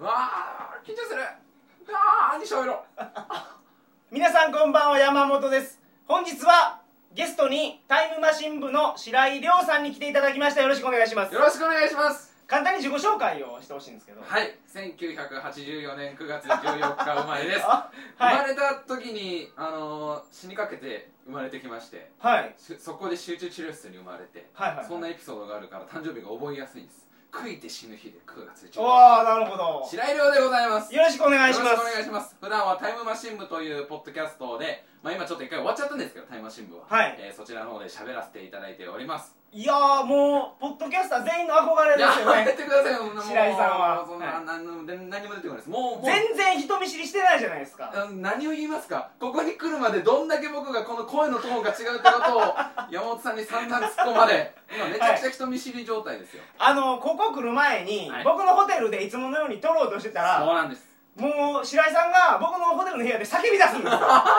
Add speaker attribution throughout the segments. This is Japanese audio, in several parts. Speaker 1: あー緊張するあー兄しゃべろう
Speaker 2: 皆さんこんばんは山本です本日はゲストにタイムマシン部の白井亮さんに来ていただきましたよろしくお願いします
Speaker 1: よろしくお願いします
Speaker 2: 簡単に自己紹介をしてほしいんですけど
Speaker 1: はい1984年9月14日生まれです、
Speaker 2: あはい
Speaker 1: 生まれた時に、あのー死にかけて生まれてきまして
Speaker 2: はい
Speaker 1: しそこで集中治療室に生まれて、
Speaker 2: はいはいはい
Speaker 1: そんなエピソードがあるから誕生日が覚えやすいんです悔いて死ぬ日で9月
Speaker 2: お
Speaker 1: 14日
Speaker 2: ーなるほど
Speaker 1: 白井亮でございます
Speaker 2: よろしくお願いしま
Speaker 1: よ
Speaker 2: す
Speaker 1: ろしくお願いします普段はタイムマシン部というポッドキャストで、まあ、今ちょっと一回終わっちゃったんですけどタイムマシン部は、
Speaker 2: はい
Speaker 1: えーそちらの方で喋らせていただいております
Speaker 2: いやーもうポッドキャスター全員の憧れで
Speaker 1: いや
Speaker 2: すよ
Speaker 1: やめ
Speaker 2: ね
Speaker 1: てくださいよもう
Speaker 2: 白井さんは
Speaker 1: そん
Speaker 2: は
Speaker 1: ない何も何何も出てこないですもうもう
Speaker 2: 全然人見知りしてないじゃないですか
Speaker 1: うん何を言いますかここに来るまでどんだけ僕がこの声のトーンが違うって ことを山本さんに散々突っ込まれ今めちゃくちゃ人見知り状態ですよ、
Speaker 2: あのここ来る前に、
Speaker 1: はい
Speaker 2: 僕のホテルでいつものように撮ろうとしてた
Speaker 1: そう
Speaker 2: ら
Speaker 1: なんです
Speaker 2: もう白井さんが僕のホテルの部屋で叫び出すんですよ
Speaker 1: 違う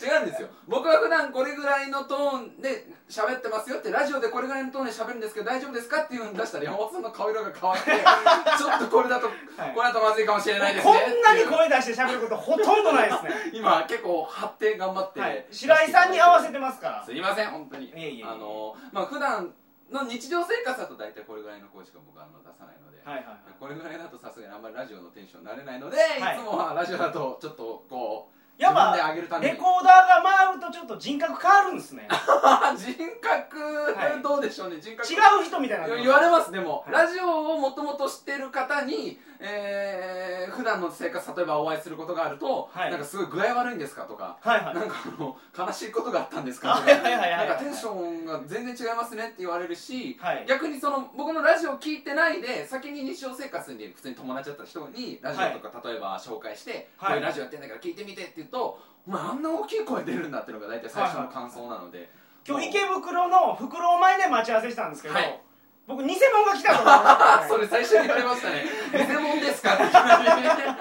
Speaker 1: 違うんですよ僕は普段これぐらいのトーンで喋ってますよってラジオでこれぐらいのトーンで喋るんですけど大丈夫ですかっていうのを出したら山本さんの顔色が変わって ちょっとこれだと、
Speaker 2: い
Speaker 1: これだとまずいかもしれないですね
Speaker 2: こんなに
Speaker 1: って
Speaker 2: 声出して喋ることほとんどないですね
Speaker 1: いう今結構張って頑張って、
Speaker 2: はい、白井さんに合わせ
Speaker 1: て
Speaker 2: てますから
Speaker 1: すいません本当に
Speaker 2: えいえいえ
Speaker 1: あのまあ普段の日常生活だと大体これぐらいの声しか僕はあの出さないので、
Speaker 2: はいはいはい
Speaker 1: これぐらいだとさすがにあんまりラジオのテンション慣れないので、
Speaker 2: はい
Speaker 1: い、つもはラジオだとちょっとこう
Speaker 2: やっ
Speaker 1: 自分で
Speaker 2: ぱ
Speaker 1: 上げるために
Speaker 2: レコーダーが回るとちょっと人格変わるんですね
Speaker 1: あ人格、
Speaker 2: はい
Speaker 1: どうでしょうね人格
Speaker 2: 違う人みたいな
Speaker 1: 言言われ
Speaker 2: ま
Speaker 1: ますでも、
Speaker 2: はい
Speaker 1: ラジオをもともと知ってる方に、えー、普段の生活例えばお会いすることがあると、
Speaker 2: はい
Speaker 1: なんかすごい具合悪いんですかとか、
Speaker 2: はいはい
Speaker 1: なんかあの悲しいことがあったんです かとか
Speaker 2: はいはいはいはい
Speaker 1: なんかテンションが全然違いますねって言われるし、
Speaker 2: はい
Speaker 1: 逆にその僕のラジオ聞いてないで先に日常生活に普通に友達だった人にラジオとか例えば紹介して、
Speaker 2: は
Speaker 1: こ
Speaker 2: い
Speaker 1: ういうラジオやってんだから聞いてみてって言うと、お前あんな大きい声出るんだっていうのが大体最初の感想なので、
Speaker 2: 今日池袋の袋前で待ち合わせしたんですけど、
Speaker 1: はい
Speaker 2: 僕偽物が来たと思ったん
Speaker 1: あ
Speaker 2: です
Speaker 1: そ
Speaker 2: よね
Speaker 1: れ最初に言われました ね偽物ですかっていきな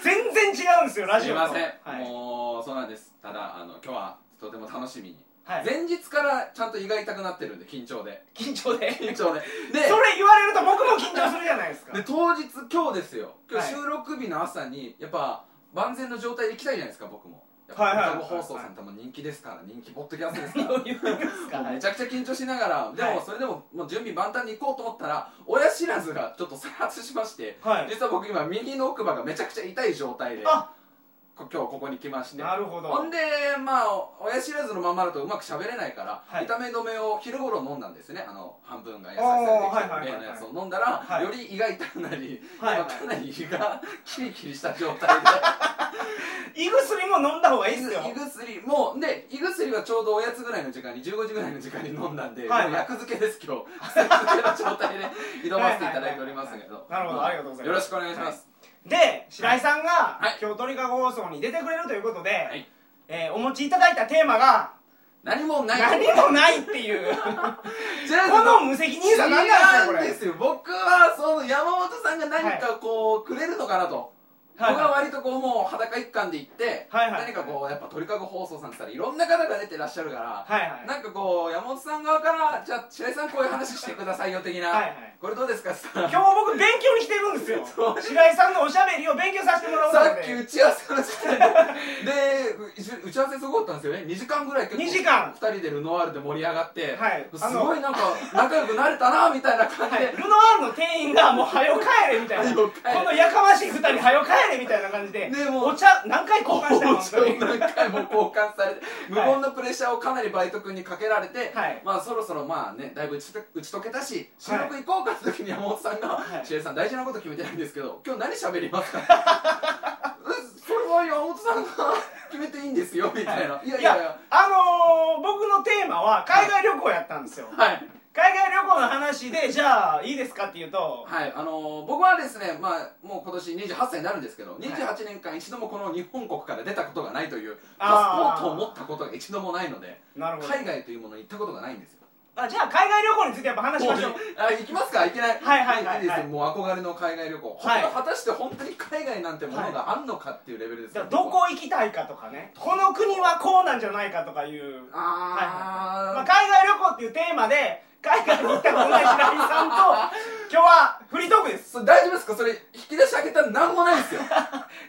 Speaker 2: 全然違うんですよラ
Speaker 1: りすい
Speaker 2: ジオと
Speaker 1: ません、
Speaker 2: はい
Speaker 1: もうそうなんですただあの今日はとても楽しみに、
Speaker 2: はい
Speaker 1: 前日からちゃんと胃が痛くなってるんで緊張で
Speaker 2: 緊張で
Speaker 1: 緊 張でで
Speaker 2: それ言われると僕も緊張するじゃないですか
Speaker 1: で当日今日ですよ今日
Speaker 2: はい
Speaker 1: 収録日の朝にやっぱ万全の状態で行きたいじゃないですか僕もやっぱ
Speaker 2: はいはいはい
Speaker 1: 歌舞放送さんとも人気ですから人気ポッドキャストですから
Speaker 2: 余裕ですか
Speaker 1: もう
Speaker 2: はい
Speaker 1: めちゃくちゃ緊張しながらで
Speaker 2: は
Speaker 1: も
Speaker 2: い
Speaker 1: それでももう準備万端に行こうと思ったら親知らずがちょっと再発しまして
Speaker 2: はい
Speaker 1: 実は僕今右の奥歯がめちゃくちゃ痛い状態で
Speaker 2: あ
Speaker 1: こ今日ここに来まして
Speaker 2: なるほど
Speaker 1: ほんでまあ親知らずのまんまだとうまく喋れないから、
Speaker 2: はい
Speaker 1: 痛め止めを昼頃飲んだんですねあの半分が優し
Speaker 2: おーはい
Speaker 1: さ
Speaker 2: はい
Speaker 1: で
Speaker 2: は
Speaker 1: できた例
Speaker 2: いはい
Speaker 1: のやつを飲んだら、
Speaker 2: はい
Speaker 1: より胃が痛くなり、
Speaker 2: はい
Speaker 1: まあかなり胃 がキリキリした状態で
Speaker 2: 胃薬も飲んだ方がいいですよ
Speaker 1: 胃薬もうで胃薬はちょうどおやつぐらいの時間に15時ぐらいの時間に飲んだんで、
Speaker 2: はい
Speaker 1: もう薬漬けです今日薬漬けの状態で挑ませていただいておりますけど
Speaker 2: はいはいはいなるほどありがとうございま
Speaker 1: よ
Speaker 2: す
Speaker 1: ろしくお願いします、
Speaker 2: で白井さんが、
Speaker 1: はい
Speaker 2: 今日鳥かご放送に出てくれるということで、
Speaker 1: い
Speaker 2: えーお持ちいただいたテーマが
Speaker 1: 何もない
Speaker 2: 何もないっていう
Speaker 1: じゃあ
Speaker 2: この無責任さ何なん
Speaker 1: 違うんで
Speaker 2: ですか
Speaker 1: すよ僕はその山本さんが何かこうくれるのかなと、
Speaker 2: はい
Speaker 1: 僕は割とこうもう裸一貫で行って、
Speaker 2: はいはい
Speaker 1: 何かこうやっぱ鳥かご放送さんって言ったらいろんな方が出てらっしゃるから、
Speaker 2: これはいはい
Speaker 1: なんかこう山本さん側からじゃあ白井さんこういう話してくださいよ的な、
Speaker 2: はいはい
Speaker 1: これどうですかって言った
Speaker 2: 今
Speaker 1: ら
Speaker 2: 日僕勉強に来てるんですよ
Speaker 1: そう
Speaker 2: 白井さんのおしゃべりを勉強させてもらう
Speaker 1: さ
Speaker 2: の
Speaker 1: っき
Speaker 2: で
Speaker 1: 打ち合わせの時点ででう打ち合わせすごかったんですよね2時間ぐらい結構
Speaker 2: 2時間
Speaker 1: 2人でルノワールで盛り上がって、
Speaker 2: はい
Speaker 1: すごいなんか仲良くなれたなみたいな感じ
Speaker 2: はい
Speaker 1: で、
Speaker 2: ルノワールの店員がもう「はよ帰れ」みたいな
Speaker 1: は
Speaker 2: こ
Speaker 1: よ帰れ
Speaker 2: のやかましい二人「はよ帰れ」みたいな感じで
Speaker 1: ねもう
Speaker 2: お茶何回交換したの
Speaker 1: も
Speaker 2: 本
Speaker 1: ち
Speaker 2: 当
Speaker 1: ろ
Speaker 2: に
Speaker 1: ん何回も交換されて無言のプレッシャーをかなりバイト君にかけられて、
Speaker 2: はい
Speaker 1: まあそろそろまあねだいぶ打ち解打ち解けたし収録行こうかって時に山本さんが
Speaker 2: は
Speaker 1: 「
Speaker 2: い
Speaker 1: 千恵、さん大事なこと決めてないんですけど今日何喋ります か? 」それは山本さんが決めていいんですよ」みたいな「い、や
Speaker 2: い
Speaker 1: いやい
Speaker 2: や
Speaker 1: や
Speaker 2: あのー僕のテーマは海外旅行やったんですよ
Speaker 1: はい、
Speaker 2: 海外旅行の話でじゃあいいですかって言うと
Speaker 1: はい、あのー僕はですね、まあ、もう今年28歳になるんですけど28年間一度もこの日本国から出たことがないという
Speaker 2: あー
Speaker 1: パスポートを持ったことが一度もないので
Speaker 2: な
Speaker 1: 海外というものに行ったことがないんですよ
Speaker 2: あじゃあ海外旅行についてやっぱ話しましょう
Speaker 1: あ行きますか行けない
Speaker 2: はいはいはいはい
Speaker 1: ですよもう憧れの海外旅行、
Speaker 2: はい
Speaker 1: 果たして本当に海外なんてものがあんのかっていうレベルです
Speaker 2: じゃ
Speaker 1: よ
Speaker 2: あどこ行きたいかとかねこの国はこうなんじゃないかとかいう
Speaker 1: あー、
Speaker 2: まあ、海外旅行っていうテーマで海外に行ったことない白井さんと今日はフリートークです
Speaker 1: そう大丈夫ですですかそれ引き出し開けたら何もないんですよ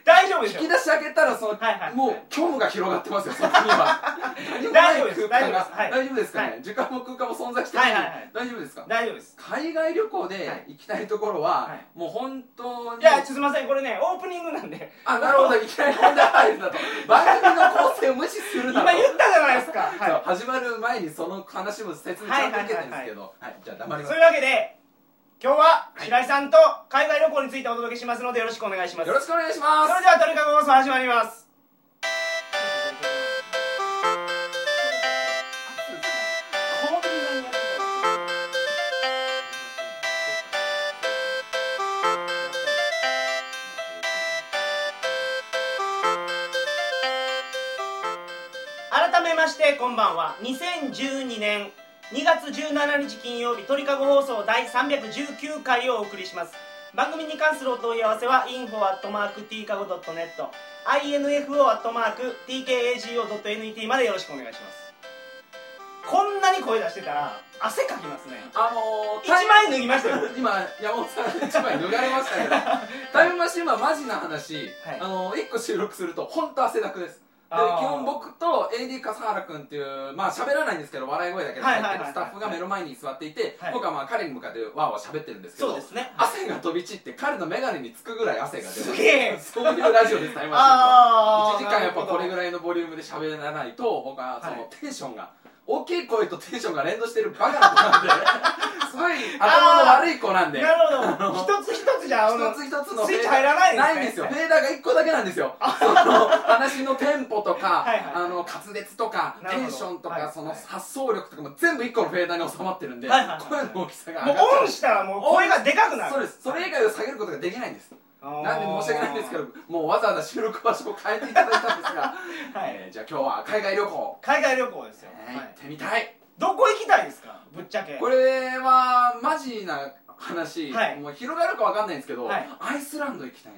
Speaker 2: 大丈夫でし
Speaker 1: 引
Speaker 2: ょ
Speaker 1: き出し開けたらその、
Speaker 2: はいはい
Speaker 1: もう虚無が広がってますよそこには何もない
Speaker 2: 大丈夫です
Speaker 1: 空間が
Speaker 2: 大丈夫ですはい
Speaker 1: 大丈夫ですかね、
Speaker 2: はい
Speaker 1: 時間も空間も存在してない、
Speaker 2: はいはいはい
Speaker 1: 大丈夫ですか
Speaker 2: 大丈夫です
Speaker 1: 海外旅行で行きたいところは、
Speaker 2: はい
Speaker 1: もう本当に
Speaker 2: いやちょっとすいませんこれねオープニングなんで
Speaker 1: あなるほどいきなり問題入るなと番組の構成を無視するな
Speaker 2: 今
Speaker 1: と
Speaker 2: 言ったじゃないですか、
Speaker 1: そう
Speaker 2: は
Speaker 1: 始まる前にその話も説明ちゃんと受けてるんですけど、はいじゃあ黙り
Speaker 2: い、
Speaker 1: ま
Speaker 2: そ
Speaker 1: す
Speaker 2: ういうわけで今日は白井さんと海外旅行についてお届けしますのでよろしくお願いします
Speaker 1: よろしくお願いし
Speaker 2: そ
Speaker 1: ま
Speaker 2: れ
Speaker 1: す
Speaker 2: では「トリカゴ放送」始まります改めましてこんばんは2012年2月17日金曜日鳥かご放送第319回をお送りします番組に関するお問い合わせは info.tkago.net info.tkago.net までよろしくお願いしますこんなに声出してたら汗かきますね
Speaker 1: あのー、
Speaker 2: 一枚脱ぎましたよ
Speaker 1: 今山本さんの一枚脱がれました けどタイムマシーンはマジな話、
Speaker 2: はい
Speaker 1: あの1個収録すると本当汗だくですで基
Speaker 2: あー
Speaker 1: 本僕と AD 笠原君っていうまあ喋らないんですけど笑い声だけで入ってるスタッフが目の前に座っていて、
Speaker 2: はい
Speaker 1: 僕はまあ彼に向かってわーわー喋ってるんですけど
Speaker 2: そうですね
Speaker 1: 汗が飛び散って彼の眼鏡につくぐらい汗が出る
Speaker 2: すげえ
Speaker 1: そういうラジオですタイムマシーンは
Speaker 2: あ
Speaker 1: 1時間やっぱこれぐ
Speaker 2: い
Speaker 1: らいのボリュームで喋らないと僕はそ
Speaker 2: は
Speaker 1: のテンションが大きい声とテンションが連動してるバカな子なんで すごい頭の悪い子なんで
Speaker 2: なるほど一つ一つじゃああの
Speaker 1: 一つ一つの
Speaker 2: スイッチ入らないですね
Speaker 1: ないんですよフェーダーが1個だけなんですよその話のテンポとか
Speaker 2: はいはい
Speaker 1: あの滑舌とか
Speaker 2: なるほ
Speaker 1: テ
Speaker 2: ど
Speaker 1: ンションと
Speaker 2: は
Speaker 1: か
Speaker 2: い
Speaker 1: その発想力とかも全部1個のフェーダーに収まってるんで
Speaker 2: はいはいはい
Speaker 1: 声の大きさが上
Speaker 2: も
Speaker 1: がっちゃ
Speaker 2: うオンしたらもう声がでかくなる
Speaker 1: そうですそれ以外を下げることができないんですなんで申し訳ないんですけどもうわざわざ収録場所を変えていただいたんですが、
Speaker 2: はい
Speaker 1: えーじゃあ今日は海外旅行、
Speaker 2: 海外旅行ですよ、
Speaker 1: えー
Speaker 2: は
Speaker 1: 行っ
Speaker 2: い
Speaker 1: てみたい
Speaker 2: どこ行きたいですかぶっちゃけ
Speaker 1: これはマジな話、
Speaker 2: はい
Speaker 1: もう広がるかわかんないんですけど、
Speaker 2: はい
Speaker 1: アイスランド行きたい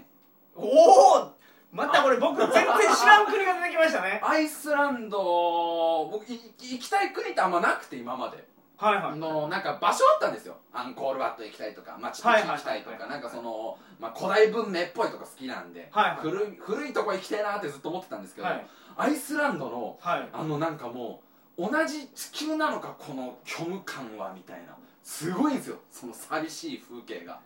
Speaker 2: おおまたこれ僕全然知らん国が出てきましたね
Speaker 1: アイスランド僕い行きたい国ってあんまなくて今まで
Speaker 2: はい
Speaker 1: あ
Speaker 2: はい
Speaker 1: のなんか場所あったんですよアンコールワット行きたいとかマチュピチュ行きたいと
Speaker 2: はいは
Speaker 1: かな
Speaker 2: い
Speaker 1: んかその、まあ、古代文明っぽいとか好きなんで、
Speaker 2: はいはい
Speaker 1: 古い古いとこ行きたいなってずっと思ってたんですけど、
Speaker 2: はい
Speaker 1: アイスランドの
Speaker 2: はい
Speaker 1: あのなんかもう同じ地球なのかこの虚無感はみたいなすごいんですよその寂しい風景が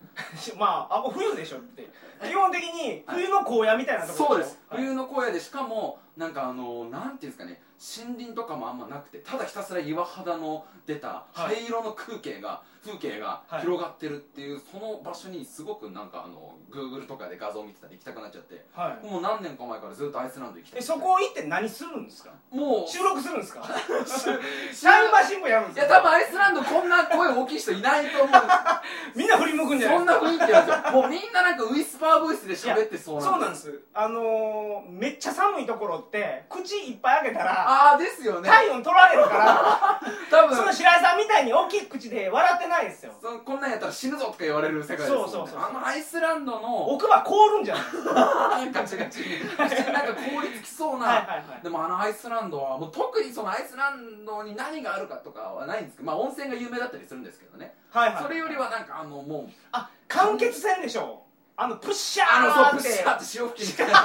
Speaker 2: まああこれ冬でしょって基本的に冬の荒野みたいなとこ
Speaker 1: そう
Speaker 2: ろ
Speaker 1: で
Speaker 2: し
Speaker 1: す
Speaker 2: ょはい
Speaker 1: 冬の荒野でしかもなんかあのなんていうんですかね森林とかもあんまなくてただひたすら岩肌の出た
Speaker 2: はい
Speaker 1: 灰色の空景が風景が
Speaker 2: はい
Speaker 1: 広がってるっていうその場所にすごくなんかあの Google とかで画像見てたら行きたくなっちゃって
Speaker 2: はい
Speaker 1: もう何年か前からずっとアイスランド行きたい
Speaker 2: えそこ行って何するんですか
Speaker 1: もう
Speaker 2: 収録するんですか タイムマシンもやるん
Speaker 1: い
Speaker 2: です
Speaker 1: や
Speaker 2: か
Speaker 1: 多分アイスランドこんな声大きい人いないと思う
Speaker 2: みんな振り向くんじゃない
Speaker 1: そ
Speaker 2: で
Speaker 1: んな雰囲
Speaker 2: すか
Speaker 1: 気なんですよもうみんななんかウィスパーボイスで喋ってそう
Speaker 2: そうなん
Speaker 1: で
Speaker 2: ですすあのー、めっちゃ寒いところって口いっぱい開けたら
Speaker 1: ああですよね
Speaker 2: 体温取られるから
Speaker 1: 多分
Speaker 2: その白井さんみたいに大きい口で笑ってないですよ
Speaker 1: そのこんなんやったら死ぬぞとか言われる世界ですもんね
Speaker 2: そうそうそうそう
Speaker 1: あのアイスランドの
Speaker 2: 奥歯凍るんじゃない
Speaker 1: ガチガチになんか凍りつきそうな、
Speaker 2: はいはいはい
Speaker 1: でもあのアイスランドはもう特にそのアイスランドに何があるかとかはないんですけどまあ温泉が有名だったりするんですけどね、
Speaker 2: はいはい
Speaker 1: それよりはなんかあのもう
Speaker 2: あ完結戦でしょあのプッシャ
Speaker 1: あの
Speaker 2: ー
Speaker 1: そう
Speaker 2: っ
Speaker 1: プ
Speaker 2: て
Speaker 1: ッシャーって潮吹きみたいな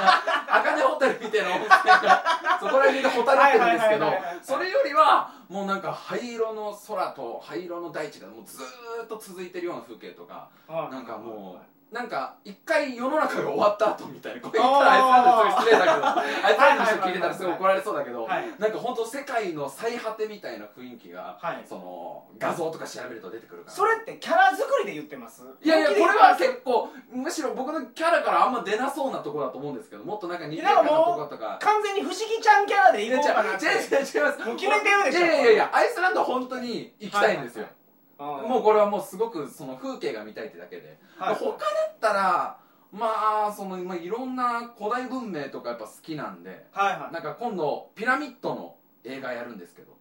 Speaker 1: 茜ホテルみたいな温泉がそこら辺でホタルってるんですけど
Speaker 2: はいはいはいはいはい
Speaker 1: それよりはもうなんか灰色の空と灰色の大地がもうずーっと続いてるような風景とか
Speaker 2: はい
Speaker 1: なんかも
Speaker 2: は
Speaker 1: うなんか一回世の中が終わった後み たいなこれ言ったらあいつらの人に失礼だけどあいつらの人聞いてたらすごい怒られそうだけど
Speaker 2: はい
Speaker 1: なんか本当世界の最果てみたいな雰囲気が
Speaker 2: はい
Speaker 1: その画像とか調べると出てくるから
Speaker 2: それってキャラ作りで言ってます
Speaker 1: いやいやこれは
Speaker 2: 結
Speaker 1: 結構むしろ僕のキャラからあんま出なそうなとこだと思うんですけどもっとなんか似てる
Speaker 2: いや
Speaker 1: か
Speaker 2: で
Speaker 1: な
Speaker 2: も
Speaker 1: とことか
Speaker 2: 完全に不思議ちゃんキャラで
Speaker 1: い
Speaker 2: いこうかなって
Speaker 1: 違う違う違う違います
Speaker 2: もう決めてるでしょ
Speaker 1: いやいやいやアイスランドは本当に行きたいんですよ、も
Speaker 2: も
Speaker 1: うこれはもうすごくその風景が見たいってだけで、他だったらまあその、まあ、いろんな古代文明とかやっぱ好きなんで
Speaker 2: はいは
Speaker 1: なんか今度ピラミッドの映画やるんですけど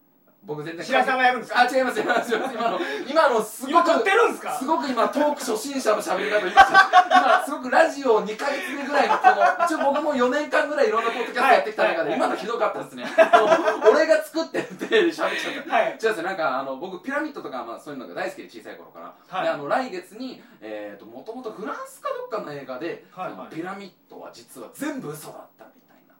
Speaker 1: 僕全
Speaker 2: い
Speaker 1: 然
Speaker 2: 白井さんがやるんですか
Speaker 1: あ違います違います違います今の今のすご
Speaker 2: 今
Speaker 1: く
Speaker 2: 撮ってるんですか
Speaker 1: すごく今トーク初心者の喋り方言いました今すごくラジオ2ヶ月目ぐらいのこの一応僕も4年間ぐらいいろんなポッドキャストやってきた中
Speaker 2: は
Speaker 1: で
Speaker 2: い
Speaker 1: 今のひどかったですねもう俺が作ってって喋っちゃった
Speaker 2: はい
Speaker 1: 違うんですよなんかあの僕ピラミッドとか、まあ、そういうのが大好きで小さい頃から、
Speaker 2: はい
Speaker 1: であの来月にもともとフランスかどっかの映画で、
Speaker 2: はいはい
Speaker 1: そのピラミッドは実は全部嘘だったみたいな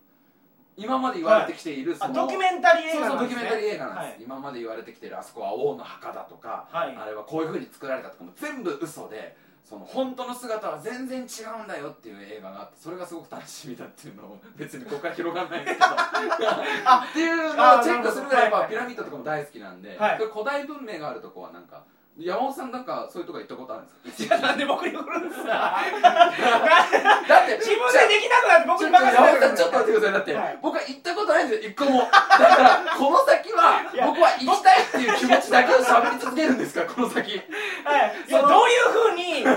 Speaker 1: 今まで言われてきているそ
Speaker 2: あ
Speaker 1: の、
Speaker 2: ドキュメンタリー映
Speaker 1: そう
Speaker 2: 画
Speaker 1: そう
Speaker 2: な
Speaker 1: ド
Speaker 2: んで
Speaker 1: キ
Speaker 2: す
Speaker 1: ュメ
Speaker 2: ね
Speaker 1: ンタリー映画なんです、
Speaker 2: はい
Speaker 1: 今まで言われてきてるあそこは王の墓だとか、
Speaker 2: はい
Speaker 1: あれはこういうふうに作られたとかも全部嘘でその本当の姿は全然違うんだよっていう映画があってそれがすごく楽しみだっていうのを別にここから広がらないんですけ どっていうのをチェックするぐらいやっぱピラミッドとかも大好きなんで、
Speaker 2: はい
Speaker 1: それ古代文明があるとこはなんか山本さんなんかそう いうとこ行ったことあるんです
Speaker 2: い
Speaker 1: か
Speaker 2: やなんで僕に送るんですか
Speaker 1: だって
Speaker 2: 自分でできなくなって僕
Speaker 1: ちょっ
Speaker 2: に
Speaker 1: と
Speaker 2: 任せ
Speaker 1: 山本さ
Speaker 2: てくださ
Speaker 1: ん
Speaker 2: い
Speaker 1: ちょっと待ってくださいだって、
Speaker 2: はい
Speaker 1: 僕は行ったことないんですよ一個もだからこの先はい
Speaker 2: や
Speaker 1: 僕は行きたいっていう気持ちだけを喋り続けるんですからこの先
Speaker 2: はいいやどういうふうにどうい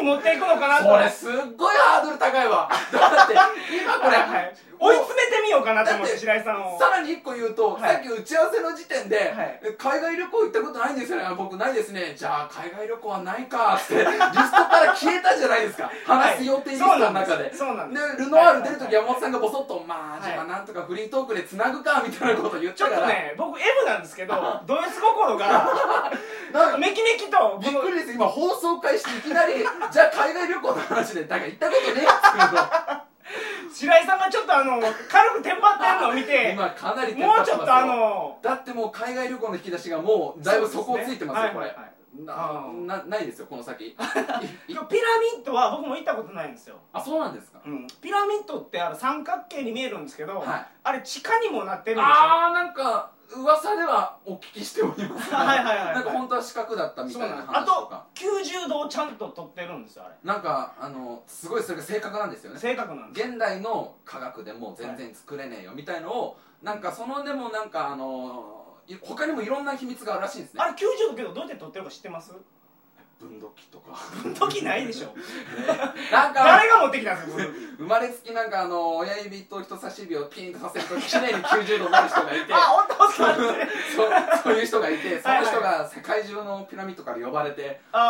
Speaker 2: うふうに持っていくのかなと
Speaker 1: これすっごいハードル高いわだって今これ、
Speaker 2: はい追い詰めてみようかなと思って白井さんを
Speaker 1: さらに1個言うと、
Speaker 2: は
Speaker 1: さっ
Speaker 2: い
Speaker 1: き打ち合わせの時点で、
Speaker 2: はい
Speaker 1: え海外旅行行ったことないんですよねあ僕ないですねじゃあ海外旅行はないかってリストから消えたじゃないですか話す予定リストの中で、
Speaker 2: そうなんですそうなんです
Speaker 1: ルノワール出るとき
Speaker 2: はいはいはい
Speaker 1: 山本さんがボソッと「まあじゃあなんとかフリートークでつなぐか」みたいなこと言っ
Speaker 2: ちょ
Speaker 1: たから
Speaker 2: っとね僕 M なんですけどド S 心が
Speaker 1: なんか
Speaker 2: めきめきと
Speaker 1: びっくりです今放送開始でいきなり「じゃあ海外旅行の話でだから行ったことねえ」って 言う
Speaker 2: 白井さんがちょっとあの軽くテンパってんのを見
Speaker 1: と
Speaker 2: て
Speaker 1: 今かなりテン
Speaker 2: も
Speaker 1: パ
Speaker 2: う
Speaker 1: て
Speaker 2: ちょっ
Speaker 1: ます
Speaker 2: とあ
Speaker 1: よ
Speaker 2: の
Speaker 1: だってもう海外旅行の引き出しがもうだいぶ底をついてますよこ
Speaker 2: そう
Speaker 1: れ
Speaker 2: ですねはいはいはい
Speaker 1: な
Speaker 2: うん
Speaker 1: なないですよこの 先い
Speaker 2: ピ
Speaker 1: い
Speaker 2: ラミッドは僕も行ったことないんですよ
Speaker 1: あそうなんですか
Speaker 2: うんピラミッドってあの三角形に見えるんですけど、
Speaker 1: はい
Speaker 2: あれ地下にもなってるんですよ
Speaker 1: ああなんか噂ではお聞きしており ます、
Speaker 2: はいはいはいはい
Speaker 1: なんか本当は四角だったみ
Speaker 2: そ
Speaker 1: た
Speaker 2: う
Speaker 1: い
Speaker 2: な
Speaker 1: なん
Speaker 2: です
Speaker 1: 話
Speaker 2: あ
Speaker 1: と
Speaker 2: と
Speaker 1: か
Speaker 2: 90度をちゃんと取ってるんですよあ
Speaker 1: なんかあのすごいそれが正確なんですよ
Speaker 2: れ
Speaker 1: ね
Speaker 2: 正確なんです
Speaker 1: 現代の科学でもう全然作れねえよみたいのをなんかそのでもなんかあのい他にもいろんな秘密があるらしいんですね
Speaker 2: あれ90度けどどうやって取ってるか知って ます
Speaker 1: 分度器と か
Speaker 2: 時ないでし ょ
Speaker 1: なんか
Speaker 2: 誰が持ってきたんですか
Speaker 1: 生まれつきなんかあの親指と人差し指をピンとさせるときれいに90度になる人がいて
Speaker 2: あ本当ですか
Speaker 1: そうそういう人がいてそ
Speaker 2: はいは
Speaker 1: の
Speaker 2: い
Speaker 1: 人が世界中のピラミッドから呼ばれてなん
Speaker 2: あ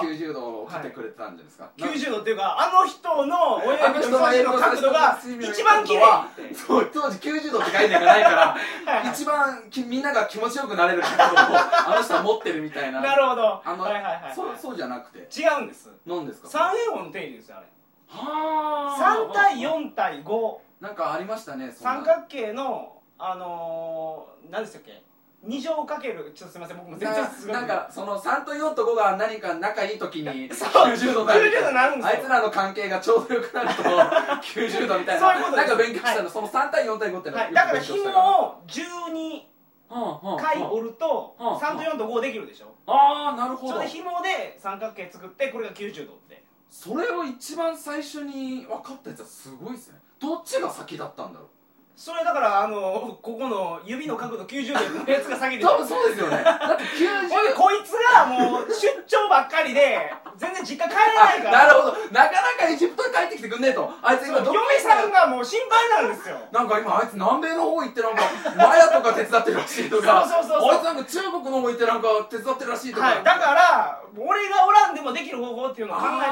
Speaker 1: か
Speaker 2: あ
Speaker 1: 90度を来てくれてたんじゃないですかなんか
Speaker 2: 90度っていうかあの人の親
Speaker 1: あの人
Speaker 2: 指と人
Speaker 1: の
Speaker 2: 差し
Speaker 1: 英
Speaker 2: 指の
Speaker 1: 語
Speaker 2: 角度が一番綺麗って
Speaker 1: そう当時90度って概念がないか
Speaker 2: はいは
Speaker 1: ら
Speaker 2: い
Speaker 1: 一番きみんなが気持ちよくなれる角度をあの人は持ってるみたいな
Speaker 2: なるほどは
Speaker 1: あの
Speaker 2: いはいはい
Speaker 1: そうそうじゃなくて
Speaker 2: 違うんです
Speaker 1: 何ですか
Speaker 2: 三平方の定理ですよあれ
Speaker 1: は
Speaker 2: 3対4対5
Speaker 1: なんかありましたねそんな
Speaker 2: 三角形のあのー、何でしたっけ2乗かけるちょっとすみません僕も全然すごい
Speaker 1: なんか その3と4と5が何か仲いい時に
Speaker 2: そう
Speaker 1: 90度になる
Speaker 2: 90度になるんです
Speaker 1: あ
Speaker 2: よ
Speaker 1: いつらの関係がちょうどよくなる と90度みたいな
Speaker 2: そういうことです
Speaker 1: なんか勉強したの、その3対4対5っての
Speaker 2: はい、
Speaker 1: よ
Speaker 2: だ
Speaker 1: く
Speaker 2: から
Speaker 1: 勉強した
Speaker 2: 紐を12
Speaker 1: うんうん
Speaker 2: 回
Speaker 1: うん
Speaker 2: 折ると
Speaker 1: うんうん
Speaker 2: 3と4と5できるでしょ
Speaker 1: ああなるほ
Speaker 2: そ
Speaker 1: ど
Speaker 2: れで紐で三角形作ってこれが90度って
Speaker 1: それを一番最初に分かったやつはすごいですねどっちが先だったんだろう
Speaker 2: それだからあのここの指の角度90度のやつが先 でしょ
Speaker 1: 多分そうですよねだって90
Speaker 2: ほいでこいつがもう出張ばっかりで全然実家帰れないか
Speaker 1: あな
Speaker 2: ら
Speaker 1: るほどなかなかエジプトに帰ってきてくんねえとあいつ今ど
Speaker 2: 嫁
Speaker 1: っ
Speaker 2: さんがもう心配なんですよ
Speaker 1: なんか今あいつ南米の方行ってなんかマヤとか手伝ってるらしいとか
Speaker 2: そうそうそうそう
Speaker 1: あいつなんか中国の方行ってなんか手伝ってるらしいとか、
Speaker 2: はい、だから俺がおらんでもできる方法っていうのを考えた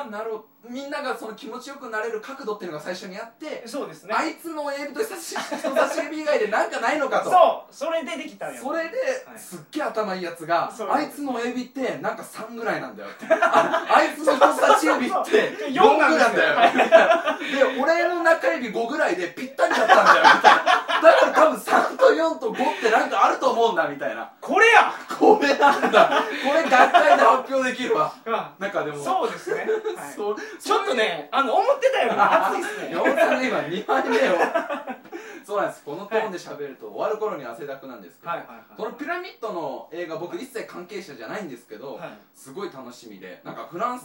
Speaker 1: あ
Speaker 2: ん
Speaker 1: あなるほどみんながその気持ちよくなれる角度っていうのが最初にあって、
Speaker 2: ですよそうですね
Speaker 1: あいつの親指と人差し人差し指以外でなんかないのかと
Speaker 2: そうそれでできたんや
Speaker 1: それで、
Speaker 2: はい
Speaker 1: すっげえ頭いいやつが
Speaker 2: そう
Speaker 1: あいつの親指ってなんか3ぐらいなんだよってああいつの人差し指って
Speaker 2: そう
Speaker 1: 4
Speaker 2: 四
Speaker 1: ぐ
Speaker 2: なん
Speaker 1: らい
Speaker 2: ですよ
Speaker 1: なんだよで俺の中指5ぐらいでぴったりだったんだよみたいなだから多分3と4と5ってなんかあると思うんだみたいな
Speaker 2: これや、
Speaker 1: これなんだこれ学会で発表できるわ
Speaker 2: う
Speaker 1: なんかでも
Speaker 2: ん、そうですね、はい
Speaker 1: そう
Speaker 2: ちょっとねあの思ってたより熱いっすね
Speaker 1: 山本さんね今2杯目をそうなんですこのトーンで喋ると終わる頃に汗だくなんですけど、
Speaker 2: はいはいはい
Speaker 1: このピラミッドの映画僕一切関係者じゃないんですけど、
Speaker 2: はい
Speaker 1: すごい楽しみでなんかフランス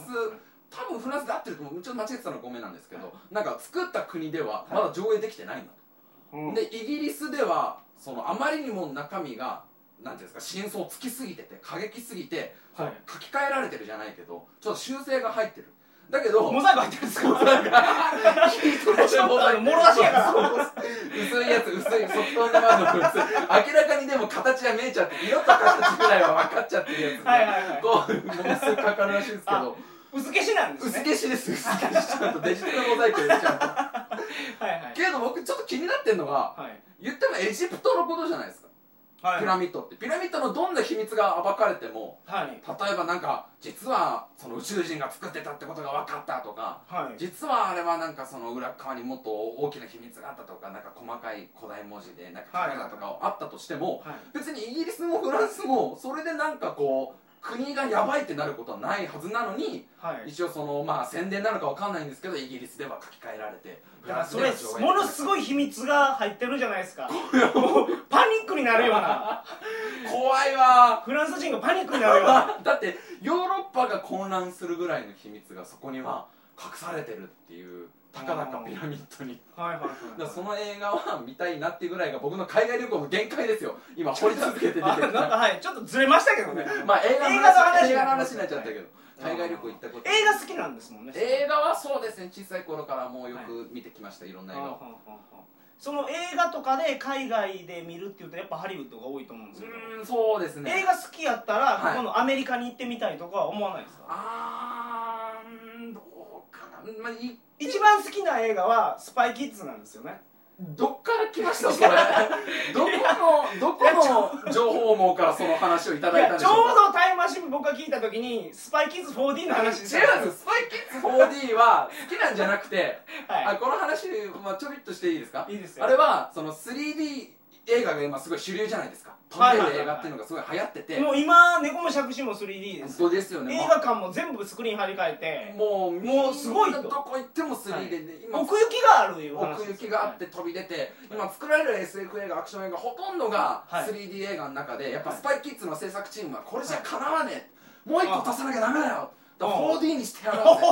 Speaker 1: 多分フランスで合ってると思うちょっと間違えてたのごめんなんですけど、
Speaker 2: は
Speaker 1: なんか作った国ではまだ上映できてないんだ
Speaker 2: うん
Speaker 1: でイギリスではそのあまりにも中身がなんていうんですか真相つきすぎてて過激すぎて、
Speaker 2: はい
Speaker 1: 書き換えられてるじゃないけどちょっと修正が入ってるだけど
Speaker 2: モザイク入ってるんですか
Speaker 1: なんか
Speaker 2: ちょっとあのもろ出しやから
Speaker 1: 薄いやつ薄いソフト生の薄い明らかにでも形は見えちゃって色と形ぐらいは分かっちゃってるやつが
Speaker 2: はいはいはい
Speaker 1: こうものすごいかかるらしいんですけ
Speaker 2: あ
Speaker 1: ど
Speaker 2: 薄消しなんですね
Speaker 1: 薄消しです薄消しちゃんとデジタルモザイクでちゃ
Speaker 2: はいは
Speaker 1: うと
Speaker 2: い
Speaker 1: けど僕ちょっと気になってるのが
Speaker 2: はい
Speaker 1: 言ってもエジプトのことじゃないですか
Speaker 2: はい
Speaker 1: ピラミッドってピラミッドのどんな秘密が暴かれても
Speaker 2: はい
Speaker 1: 例えばなんか実はその宇宙人が作ってたってことが分かったとか
Speaker 2: はい
Speaker 1: 実はあれはなんかその裏側にもっと大きな秘密があったとかなんか細かい古代文字でなんか書かれたとかあったとしても
Speaker 2: はい
Speaker 1: 別にイギリスもフランスもそれでなんかこう国がやばいってなることはないはずなのに
Speaker 2: はい
Speaker 1: 一応そのまあ宣伝なのかわかんないんですけどイギリスでは書き換えられて
Speaker 2: だからそ
Speaker 1: フラ
Speaker 2: れ
Speaker 1: ンスでは上映
Speaker 2: ものすごい秘密が入ってるじゃないですかもうパニックになるような
Speaker 1: 怖いわ
Speaker 2: フランス人がパニックになるよ うな
Speaker 1: だってヨーロッパが混乱するぐらいの秘密がそこには隠されてるっていうたかだかピラミッドに
Speaker 2: はいはいは
Speaker 1: だ
Speaker 2: い
Speaker 1: からその映画は見たいなっていうぐらいが僕の海外旅行の限界ですよ今掘り続けて出てきた
Speaker 2: あなんかはいちょっとずれましたけどね
Speaker 1: まあ映画の
Speaker 2: 映画の話
Speaker 1: 話映画の話になっちゃったけど
Speaker 2: はい
Speaker 1: 海外旅行行ったこと
Speaker 2: 映画好きなんですもんね
Speaker 1: 映画はそうですね小さい頃からもうよく見てきましたいろんな映
Speaker 2: あ
Speaker 1: 画
Speaker 2: はんは
Speaker 1: を
Speaker 2: んはんその映画とかで海外で見るっていうとやっぱハリウッドが多いと思うんですけど、
Speaker 1: うーんそうですね
Speaker 2: 映画好きやったら、
Speaker 1: はい
Speaker 2: ここのアメリカに行ってみたいとかは思わないですか
Speaker 1: あーうーんどうかなまあい
Speaker 2: 一番好きな映画はスパイキッズなんですよね
Speaker 1: どっから来ました それどこのどこの情報網からその話をいた
Speaker 2: い
Speaker 1: だいたん
Speaker 2: や
Speaker 1: で
Speaker 2: ち
Speaker 1: し
Speaker 2: ょ
Speaker 1: ょ
Speaker 2: う
Speaker 1: うか
Speaker 2: どタイムマシン僕が聞いた時にスパイキッズ 4D の
Speaker 1: 違
Speaker 2: 話
Speaker 1: うんで
Speaker 2: ですす
Speaker 1: よスパイキッズ 4D は好きなんじゃなくて、あ
Speaker 2: は
Speaker 1: この話、まあ、ちょびっとしていいですか
Speaker 2: い、いいですよ
Speaker 1: あれはその 3D 映画が今すごい主流じゃないですか飛
Speaker 2: はい
Speaker 1: ん
Speaker 2: はいはい
Speaker 1: でる映画っていうのがすごい流行ってて、
Speaker 2: もう今猫も杓子も 3D です
Speaker 1: そうですよね
Speaker 2: 映画館も全部スクリーン張り替えて
Speaker 1: もうもう
Speaker 2: もうすごいと
Speaker 1: みんなどこ行っても 3D で、今
Speaker 2: 奥行きがあるいう話
Speaker 1: 奥行きがあって飛び出て、今作られる SF 映画アクション映画ほとんどが
Speaker 2: はい
Speaker 1: 3D 映画の中でやっぱ
Speaker 2: はい
Speaker 1: スパイキッズの制作チームはこれじゃかなわねえ、もう一個足さなきゃダメだよだから
Speaker 2: うん
Speaker 1: 4D にしてやろう ぜ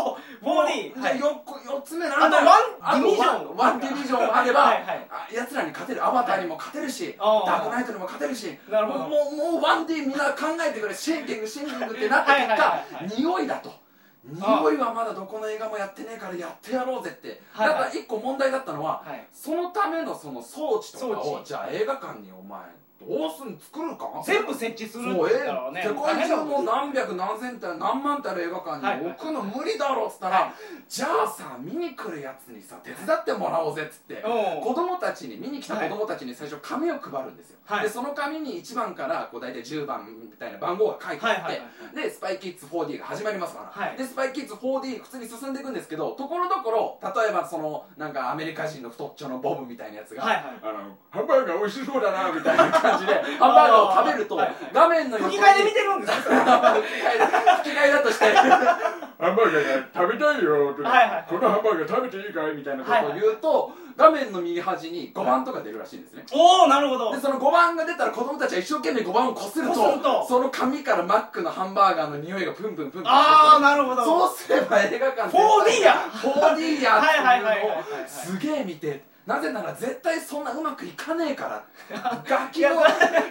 Speaker 2: おお 4D
Speaker 1: じゃあ 4, つ目な
Speaker 2: あ
Speaker 1: ん
Speaker 2: と
Speaker 1: だよ
Speaker 2: ワンディビジ
Speaker 1: あ
Speaker 2: ョ
Speaker 1: と
Speaker 2: ン
Speaker 1: ワンワンディビジョンあれば、
Speaker 2: はいはい
Speaker 1: やつらに勝てるアバターにも勝てるし、
Speaker 2: ああ
Speaker 1: ダークナイトにも勝てるし
Speaker 2: なるほ
Speaker 1: も
Speaker 2: ど
Speaker 1: うもうもうワンディみんな考えてくれシンキングシンキングってなった結果
Speaker 2: はいはいはいは
Speaker 1: 匂いだと
Speaker 2: ああ
Speaker 1: 匂いはまだどこの映画もやってねえからやってやろうぜって、
Speaker 2: はいはい
Speaker 1: だから一個問題だったのは、
Speaker 2: はい
Speaker 1: そのためのその装置とか
Speaker 2: 装
Speaker 1: を
Speaker 2: 置
Speaker 1: じゃあ映画館にお前どうすん作るか
Speaker 2: 全部設置するって
Speaker 1: もう
Speaker 2: 言っ
Speaker 1: え
Speaker 2: たらね
Speaker 1: 世
Speaker 2: 大
Speaker 1: 界
Speaker 2: 変な
Speaker 1: 中
Speaker 2: こと
Speaker 1: の何百何千体何万体の映画館に置くの無理だろっつったら、
Speaker 2: はい
Speaker 1: じゃあさ見に来るやつにさ手伝ってもらおうぜっつって、
Speaker 2: うん
Speaker 1: 子供たちに見に来た子供たちに最初紙を配るんですよ、
Speaker 2: はい
Speaker 1: でその紙に1番からこう大体10番みたいな番号が書いてあって、
Speaker 2: はいはいはい
Speaker 1: でスパイキッズ 4D が始まりますから、
Speaker 2: はい
Speaker 1: でスパイキッズ 4D 普通に進んでいくんですけどところどころ例えばそのなんかアメリカ人の太っちょのボブみたいなやつが、
Speaker 2: はいはい
Speaker 1: あのハンバーガー美味しそうだなみたいな感じでハンバーガーを食べると
Speaker 2: はいはい
Speaker 1: 画面の横
Speaker 2: 吹
Speaker 1: に
Speaker 2: き替えで見てるんですか
Speaker 1: 吹き替えだとしてハンバーガーが食べたいよとか
Speaker 2: はいはい
Speaker 1: このハンバーガー食べていいかいみたいなことを言うと、画面の右端に5番とか出るらしいんですね
Speaker 2: おおなるほど
Speaker 1: でその5番が出たら子供たちは一生懸命5番をこすると
Speaker 2: こすると
Speaker 1: その紙からマックのハンバーガーの匂いがプンプンプンプンして
Speaker 2: ああなるほど
Speaker 1: そうすれば映画館
Speaker 2: 4D や
Speaker 1: 4D やって
Speaker 2: はいはいはいはいいうはい
Speaker 1: の
Speaker 2: は
Speaker 1: を
Speaker 2: い
Speaker 1: すげえ見てなぜなら絶対そんなうまくいかねえから ガキの
Speaker 2: いや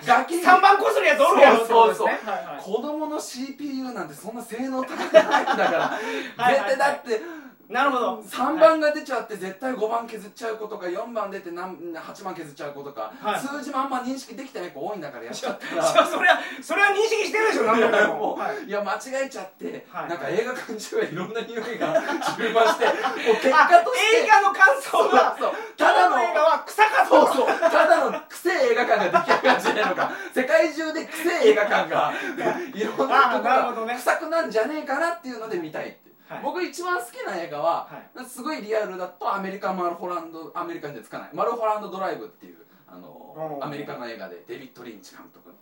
Speaker 1: ガキに
Speaker 2: 3番こするやつおるやろ
Speaker 1: そうそうそう
Speaker 2: ってことですねはいはい
Speaker 1: 子供の CPU なんてそんな性能高くないんだから
Speaker 2: はいはいはい
Speaker 1: 絶対だって
Speaker 2: なるほど
Speaker 1: 3番が出ちゃって絶対5番削っちゃう子とか4番出て何8番削っちゃう子とか、
Speaker 2: はい
Speaker 1: 数字もあんま認識できてない子多いんだからやっちゃった
Speaker 2: しからもそ れはそれは認識してるでしょ何回も
Speaker 1: もう、
Speaker 2: はい
Speaker 1: い、や間違えちゃって、
Speaker 2: はい
Speaker 1: なんか映画館中はいろんな匂いが充満してもう結
Speaker 2: あ
Speaker 1: 果として
Speaker 2: 映画の感想
Speaker 1: そう
Speaker 2: は
Speaker 1: そうた
Speaker 2: ただ
Speaker 1: だ
Speaker 2: の
Speaker 1: の
Speaker 2: 映画は草か
Speaker 1: そう
Speaker 2: と
Speaker 1: そうただのくせえ映画館が出来上がるんじゃないのか世界中でくせえ映画館が いろんな
Speaker 2: あーなるほ
Speaker 1: と
Speaker 2: ど
Speaker 1: こ
Speaker 2: ね
Speaker 1: が臭くなんじゃねえかなっていうので見たいって、
Speaker 2: はい
Speaker 1: 僕一番好きな映画は、すごいリアルだとアメリカマルホランドアメリカにはつかないマルホランドドライブっていうあの
Speaker 2: うん
Speaker 1: アメリカの映画でデビッド・リンチ監督の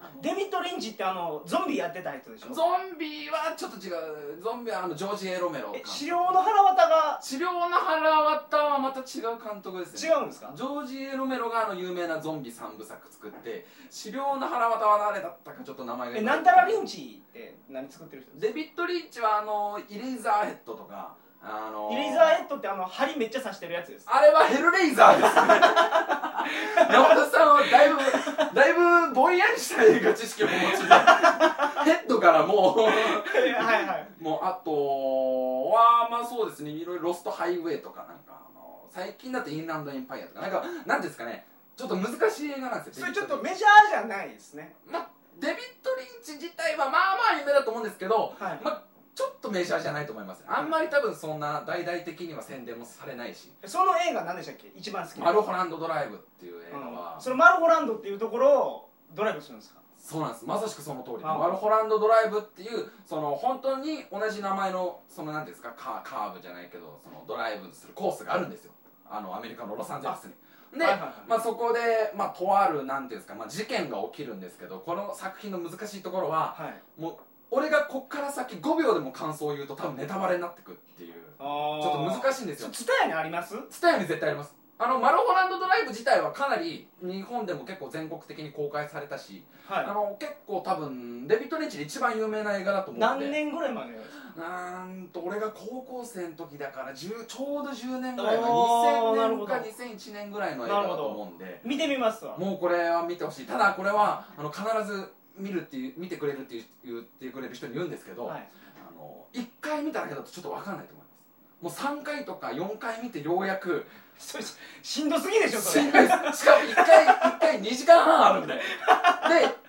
Speaker 1: あの
Speaker 2: デビッド・リンチってあのゾンビやってた人でしょ
Speaker 1: ゾンビはちょっと違うゾンビはあのジョージ・エロメロ監
Speaker 2: え
Speaker 1: 督
Speaker 2: 資料の腹渡が
Speaker 1: 治療の腹渡はまた違う監督です
Speaker 2: 違
Speaker 1: ね
Speaker 2: うんですか
Speaker 1: ジョージ・エロメロがあの有名なゾンビ3部作作って治療の腹渡は誰だったかちょっと名前が
Speaker 2: えなんたらリン
Speaker 1: チ
Speaker 2: チって何作ってる人ですか
Speaker 1: デビッド・リンチはあのイレイザーヘッドとかあの
Speaker 2: イレイザーヘッドってあの針めっちゃ刺してるやつ です
Speaker 1: あれはヘルレイザー ですね山田さんはだいぶだいぶぼんやりした映画知識をお持ちでヘッドからもう
Speaker 2: は いはい
Speaker 1: もうあとはまあそうですねいろいろロストハイウェイとかなんかあの最近だとインランドエンパイアとかなんかなんですかねちょっと難しい映画なんです
Speaker 2: そ
Speaker 1: よ
Speaker 2: れちょっとメジャーじゃないですね
Speaker 1: まあデビッド・リンチ自体はまあまあ有名だと思うんですけど
Speaker 2: はい
Speaker 1: まあちょっとメジャーじゃないと思いますあんまり多分そんな大々的には宣伝もされないし
Speaker 2: その映画何でしたっけ一番好き
Speaker 1: マ
Speaker 2: な
Speaker 1: ルホランドドライブっていう映画は、
Speaker 2: うんそのマルホランドっていうところをドライブするんですか
Speaker 1: そうなんですまさしくその通りで
Speaker 2: ああ
Speaker 1: ワルホランドドライブっていうその本当に同じ名前のその何ですかカーカーブじゃないけどそのドライブするコースがあるんですよあのアメリカのロサンゼルスにで、
Speaker 2: はいはいはい
Speaker 1: まあ、そこで、まあ、とあるなんていうんですか、まあ、事件が起きるんですけどこの作品の難しいところは
Speaker 2: はい
Speaker 1: もう俺がこっから先5秒でも感想を言うと多分ネタバレになってくっていう
Speaker 2: あー
Speaker 1: ちょっと難しいんですよ
Speaker 2: そツタヤにあります
Speaker 1: 伝えに絶対ありますあのマルホランドドライブ自体はかなり日本でも結構全国的に公開されたしあ
Speaker 2: は
Speaker 1: の結構多分デビッド・リンチで一番有名な映画だと思
Speaker 2: い
Speaker 1: うんで
Speaker 2: 何年ぐらいまで
Speaker 1: うーんと俺が高校生の時だから10ちょうど10年ぐらいか
Speaker 2: おーなる
Speaker 1: 2000年
Speaker 2: ほど
Speaker 1: か2001年ぐらいの映画だと思うんで
Speaker 2: 見てみますわ
Speaker 1: もうこれは見てほしいただこれはあの必ず見るっていう見てくれるっていう言ってくれる人に言うんですけど、
Speaker 2: はい
Speaker 1: あの1回見ただけだとちょっと分かんないと思いますもう3回とか4回見てようやく
Speaker 2: それししんどすぎでしょそ
Speaker 1: し
Speaker 2: れ
Speaker 1: んどいですしかも1回1回2時間半あるんでで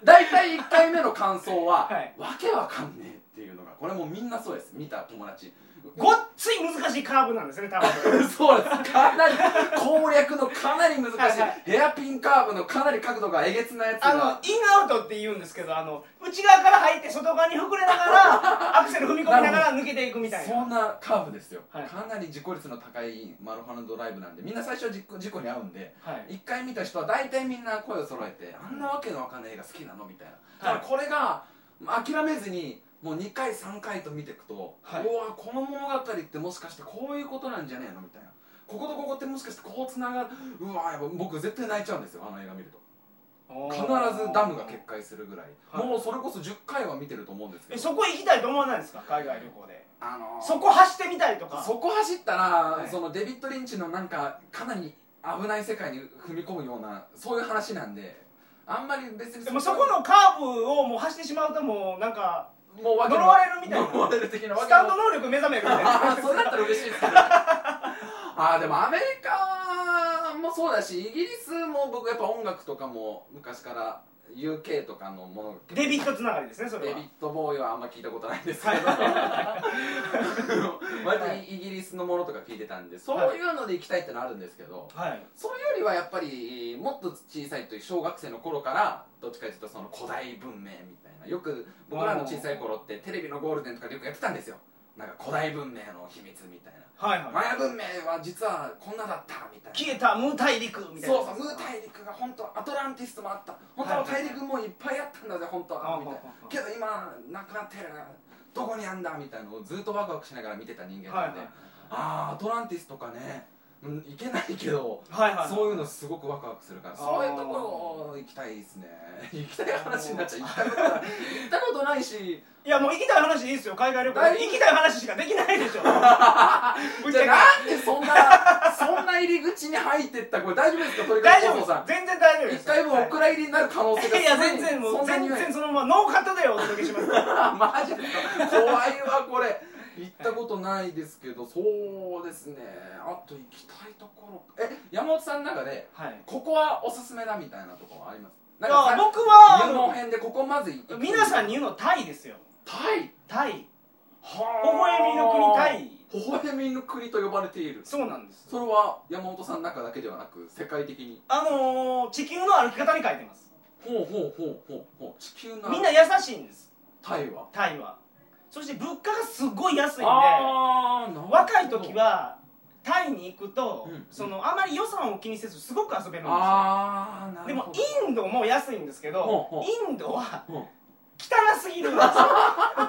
Speaker 1: 大体1回目の感想は、
Speaker 2: はい
Speaker 1: わけわかんねえっていうのがこれもうみんなそうです見た友達
Speaker 2: ごっつい難しいカーブなんですね多分
Speaker 1: そうですか なり攻略のかなり難しい、
Speaker 2: はいはい
Speaker 1: ヘアピンカーブのかなり角度がえげつないやつ
Speaker 2: あ
Speaker 1: が
Speaker 2: のインアウトって言うんですけどあの内側から入って外側に膨れなが らアクセル踏み込みながら抜けていくみたい
Speaker 1: そ
Speaker 2: なん
Speaker 1: なカーブですよ、
Speaker 2: はい
Speaker 1: かなり事故率の高いマルハのドライブなんでみんな最初は事故事故に遭うんで
Speaker 2: はい
Speaker 1: 一回見た人は大体みんな声を揃えてあんなわけのわかんない映画好きなのみたいな
Speaker 2: は
Speaker 1: だ
Speaker 2: い
Speaker 1: からこれがまあ諦めずにもう2回3回と見ていくと、
Speaker 2: はいう
Speaker 1: わこの物語ってもしかしてこういうことなんじゃねえのみたいなこことここってもしかしてこうつながるうわやっぱ僕絶対泣いちゃうんですよあの映画見ると必ずダムが決壊するぐらい、
Speaker 2: はい
Speaker 1: もうそれこそ10回は見てると思うんですけ
Speaker 2: え
Speaker 1: ど
Speaker 2: そこ行きたいと思わないですか海外旅行で
Speaker 1: あのー
Speaker 2: そこ走ってみたいとか
Speaker 1: そこ走ったら、
Speaker 2: い
Speaker 1: そのデビッド・リンチのなんかかなり危ない世界に踏み込むようなそういう話なんであんまり別に
Speaker 2: でもそこのカーブをもう走ってしまうともうなんか
Speaker 1: もうわけの
Speaker 2: 呪われるみたいな
Speaker 1: 呪われる的なわ
Speaker 2: ス
Speaker 1: けの
Speaker 2: タンド能力目覚めるみたいな
Speaker 1: あ ーそれだったら嬉しい ですけどあーでもアメリカもそうだしイギリスも僕やっぱ音楽とかも昔から UK とかのもの
Speaker 2: デビットつながりですねそれ
Speaker 1: デ
Speaker 2: は
Speaker 1: ビッド・ボーイはあんま聞いたことないんですけど 割とイギリスのものとか聞いてたんでそういうので行きたいってのあるんですけど
Speaker 2: はい
Speaker 1: それよりはやっぱりもっと小さいという小学生の頃からどっちかというとその古代文明みたいなよく僕らの小さい頃ってテレビのゴールデンとかでよくやってたんですよなんか古代文明の秘密みたいな
Speaker 2: はいはい
Speaker 1: マヤ文明は実はこんなだったみたいな
Speaker 2: 消えたムー大陸みたいな
Speaker 1: そうそうムー大陸が本当アトランティスもあった本当は大陸もいっぱいあったんだぜ本当はみたいなけど今なくなってるどこにあんだみたいなのをずっとワクワクしながら見てた人間
Speaker 2: は
Speaker 1: ないんで、ああアトランティスとかね、うん、行けないけど
Speaker 2: はいはい
Speaker 1: そういうのすごくワクワクするから
Speaker 2: あー
Speaker 1: そういうところ行きたいです ね行きたい話になっちゃう行ったことない行ったことないし
Speaker 2: いやもう行きたい話でいいですよ海外旅行
Speaker 1: だいぶ
Speaker 2: 行きたい話しかできない でし
Speaker 1: じ
Speaker 2: ょぶっち
Speaker 1: ゃあ
Speaker 2: ゃ
Speaker 1: なんでそんなそんな入り口に入ってったこれ大丈夫ですか
Speaker 2: け
Speaker 1: 鳥川
Speaker 2: 大丈夫
Speaker 1: 放送
Speaker 2: です
Speaker 1: さん
Speaker 2: 全然大丈夫で
Speaker 1: 一
Speaker 2: す
Speaker 1: 回もお蔵入りになる可能性が
Speaker 2: いや全然も
Speaker 1: そ
Speaker 2: うん
Speaker 1: な
Speaker 2: 全
Speaker 1: にない
Speaker 2: 然そのままノーカットでお届けします
Speaker 1: マジですか怖いわこれ行ったことないですけどそうですねあと行きたいところえ山本さんの中で
Speaker 2: はい
Speaker 1: ここはおすすめだみたいなところあります
Speaker 2: い
Speaker 1: なん
Speaker 2: や
Speaker 1: か
Speaker 2: 僕
Speaker 1: さ入門
Speaker 2: は
Speaker 1: 編でここまず行く
Speaker 2: 皆さんに言うのはタイですよ
Speaker 1: タイ
Speaker 2: タイ微
Speaker 1: は
Speaker 2: 笑みの国タイ
Speaker 1: イ微笑みの国と呼ばれている
Speaker 2: そうなんです
Speaker 1: それは山本さんの中だけではなく世界的に
Speaker 2: あのー、地球の歩き方に書いてます
Speaker 1: ほうほうほうほうほう地球の
Speaker 2: みんな優しいんです
Speaker 1: タイは
Speaker 2: タイはそして物価がすごい安いんで
Speaker 1: あーなるほど
Speaker 2: 若い時はタイに行くと、
Speaker 1: うん
Speaker 2: そのあまり予算を気にせずすごく遊べるんですよ
Speaker 1: ああな
Speaker 2: で
Speaker 1: る
Speaker 2: も
Speaker 1: ほど
Speaker 2: インドも安いんですけど
Speaker 1: ほうほ
Speaker 2: インドは
Speaker 1: うん
Speaker 2: 汚すぎるんですよ